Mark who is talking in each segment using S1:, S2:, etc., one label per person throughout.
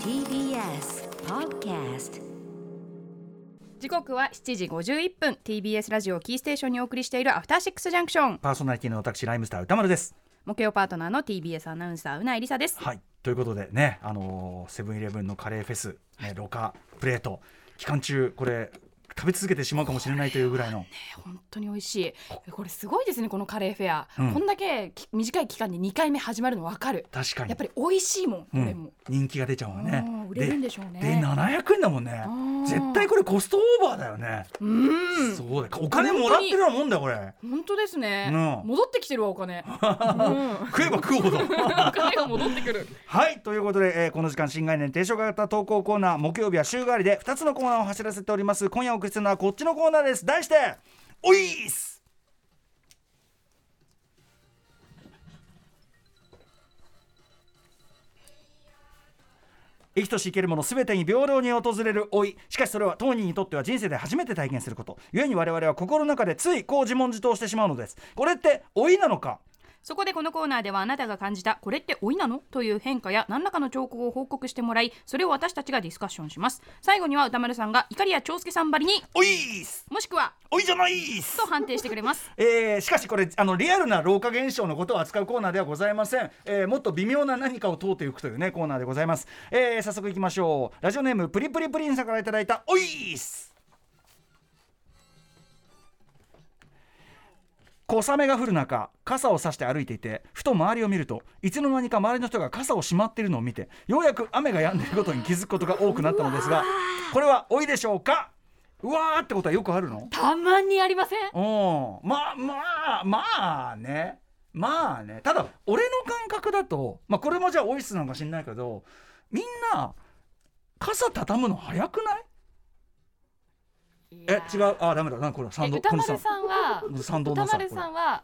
S1: TBS Podcast
S2: 時刻は7時51分 TBS ラジオキーステーションにお送りしているアフターシックスジャンクション
S3: パーソナリティの私ライムスター歌丸です。
S2: 木曜パートナーの TBS アナウンサーうないりさです
S3: はいということでねあのーセブンイレブンのカレーフェス、ね、ろ過プレート期間中これ食べ続けてしまうかもしれないというぐらいの
S2: 本当に美味しいえこれすごいですねこのカレーフェア、
S3: うん
S2: こんだけき短い期間で2回目始まるの分かる
S3: 確かに
S2: やっぱり美味しいもんこ
S3: う
S2: れも
S3: ん、、人気が出ちゃうわね
S2: うん。売れるんでしょうね
S3: で700円だもんね
S2: ー
S3: 絶対これコストオーバーだよね。
S2: うん、
S3: そうだよお金もらってるようなもんだよこれ。
S2: 本当ですね、
S3: うん
S2: 戻ってきてるわお 金、うん、
S3: 食えば食う ほど。
S2: お金が戻ってくる
S3: はいということで、えーこの時間新概念提唱型投稿コーナー木曜日は週替わりで2つのコーナーを走らせております今夜お送りするのはこっちのコーナーです題して「おいーす!」生きとし生けるもの全てに平等に訪れる老いしかしそれは当人にとっては人生で初めて体験すること故に我々は心の中でついこう自問自答してしまうのですこれって老いなのか
S2: そこでこのコーナーではあなたが感じたこれって老いなのという変化や何らかの兆候を報告してもらいそれを私たちがディスカッションします最後には歌丸さんが怒りや長介さんばりに
S3: 「おいーす!」
S2: もしくは
S3: 「おいじゃないーす!」
S2: と判定してくれます
S3: えーしかしこれあのリアルな老化現象のことを扱うコーナーではございません、えーもっと微妙な何かを問うていくというねコーナーでございます、えー早速いきましょうラジオネームプリプリプリンさんからいただいたおいーす小雨が降る中傘を差して歩いていてふと周りを見るといつの間にか周りの人が傘をしまっているのを見てようやく雨が止んでいることに気づくことが多くなったのですがこれは老いでしょうかうわーってことはよくあるの
S2: たまにありません
S3: うんまあまあまあねまあねただ俺の感覚だと、まあ、これもじゃあオイスなのか知んないけどみんな傘畳むの早くないえ違
S2: う
S3: うあダメだなんかこれサンド
S2: 歌
S3: この
S2: 丸さんは
S3: このサンド
S2: 歌
S3: のさ
S2: 丸さ
S3: こ
S2: んは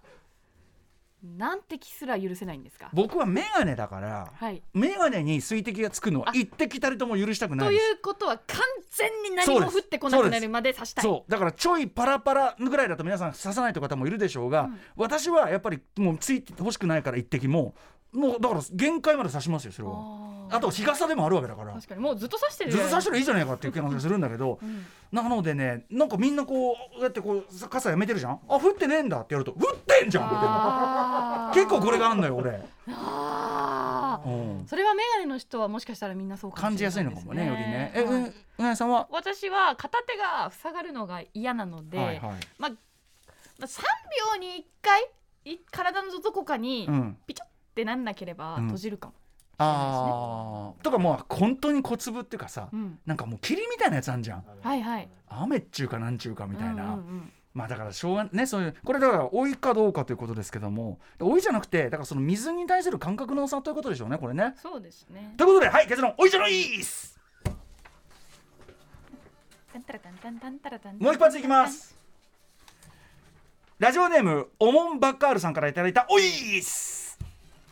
S2: なんて気すら許せないんですか
S3: れ僕は眼鏡だから
S2: はい
S3: 眼鏡に水滴がつくのは
S2: あ
S3: 一滴たりとも許したくない
S2: と
S3: です
S2: いうことは完全に何
S3: そう
S2: も
S3: です
S2: 降ってこなくなるまで刺したい
S3: そうだからちょいパラパラぐらいだと皆さん刺さないという方もいるでしょうが、
S2: うん
S3: 私はやっぱりもうついてほしくないから一滴ももうだから限界まで刺しますよそれは。
S2: あ
S3: あと日傘でもあるわけだから
S2: 確かにもうずっと刺してる
S3: ずっと刺して
S2: る、
S3: りゃいいじゃないかっていう気がするんだけど
S2: うん
S3: なのでねなんかみんなこうだってこう傘やめてるじゃんあ降ってねえんだってやると降ってんじゃんみたいな
S2: あー
S3: 結構これがあんのよ俺、
S2: あー
S3: うん、
S2: それはメガネの人はもしかしたらみんなそうか
S3: 感
S2: もし
S3: じ
S2: れ
S3: や
S2: な
S3: す
S2: いです
S3: いのか
S2: ね
S3: もねよりねえ
S2: は
S3: う
S2: い
S3: んうなやさんは
S4: 私は片手が塞がるのが嫌なので、
S3: はいはい
S4: まあ、3秒に1回い体のどこかに
S3: うん
S4: ピチョってなんなければ
S3: うん
S4: 閉じるかも、
S3: あーとかもう本当に小粒っていうかさ、
S4: うん
S3: なんかもう霧みたいなやつあんじゃん
S4: はいはい
S3: 雨っちゅうかなんちゅうかみたいな、
S4: うんうんうん
S3: まあだからしょうがねそういうこれだから老いかどうかということですけども老いじゃなくてだからその水に対する感覚の差ということでしょうねこれね
S4: そうですね
S3: ということで、はい、結論、おいじゃないっす。
S4: タンタラタンタンタンタラタン
S3: もう一発いきます。ラジオネーム、おもんばっかーるさんからいただいた、おいっす。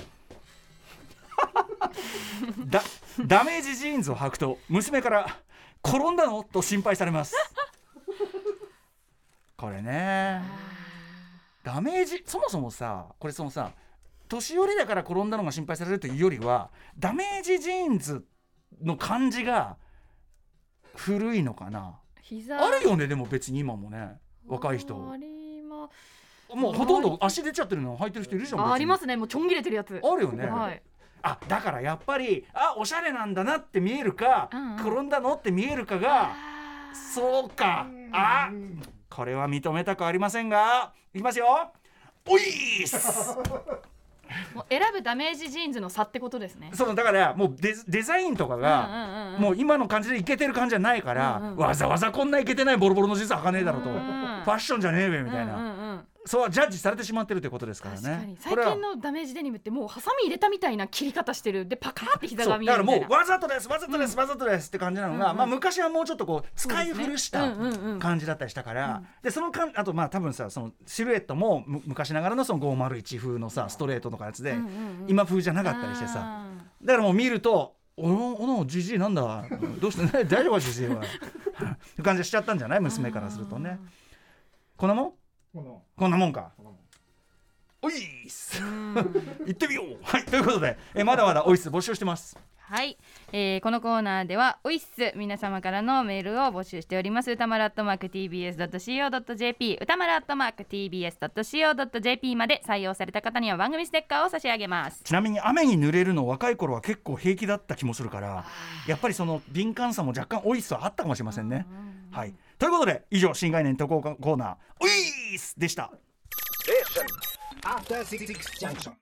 S3: だ、ダメージジーンズを履くと、娘から、転んだのと心配されます。これね。ダメージ、そもそもさ、これそのさ。年寄りだから転んだのが心配されるというよりはダメージジーンズの感じが古いのかな
S4: 膝
S3: あるよねでも別に今もね若い人
S4: ありま
S3: もうほとんど足出ちゃってるの履いてる人いるじゃん別に
S4: あありますねもうちょん切れてるやつ
S3: あるよね、
S4: はい
S3: あだからやっぱりあおしゃれなんだなって見えるか、
S4: うんうん
S3: 転んだのって見えるかがそうかあこれは認めたくありませんがいきますよおいーっす
S4: もう選ぶダメージジーンズの差ってことですね
S3: そのだからもうデザデザインとかが、も
S4: う
S3: う今の感じでいけてる感じじゃないから、
S4: うんうん
S3: わざわざこんないけてないボロボロの実は履かねえだろと、
S4: うんうん
S3: ファッションじゃねえべみたいな、
S4: うんうんうん
S3: そうジャッジされてしまってるということですからね
S4: 確かに
S3: こ
S4: 最
S3: れは
S4: 近のダメージデニムってもうハサミ入れたみたいな切り方してるでパカーって膝
S3: そ
S4: が
S3: う
S4: 見
S3: だ
S4: え
S3: か
S4: る
S3: ら
S4: みた
S3: も
S4: いうな
S3: わざとですわざとです、わざとですって感じなのが、
S4: うんうん
S3: まあ、昔はもうちょっとこう使い
S4: そうですね
S3: 古した
S4: うんうんうん
S3: 感じだったりしたから、でそのかんあとまあ多分さそのシルエットもむ昔ながらのその501風のさストレートとかやつで、
S4: うんうんうん
S3: 今風じゃなかったりしてさ
S4: あー
S3: だからもう見ると「おのおのじじいなんだどうして ね大丈夫かじじいは」いう感じがしちゃったんじゃない娘からするとね。こんなもんこんなもんか。おいっす行ってみようはいということでえまだまだオイス募集してます
S2: はい、えーこのコーナーではおいっす皆様からのメールを募集しております歌丸アットマーク TBS.CO.JP 歌丸アットマーク TBS.CO.JP まで採用された方には番組ステッカーを差し上げます
S3: ちなみに雨に濡れるの若い頃は結構平気だった気もするからやっぱりその敏感さも若干オイスはあったかもしれませんね。はい、ということで以上新概念投稿コーナー「オイース!」でした。
S5: After Six Junction.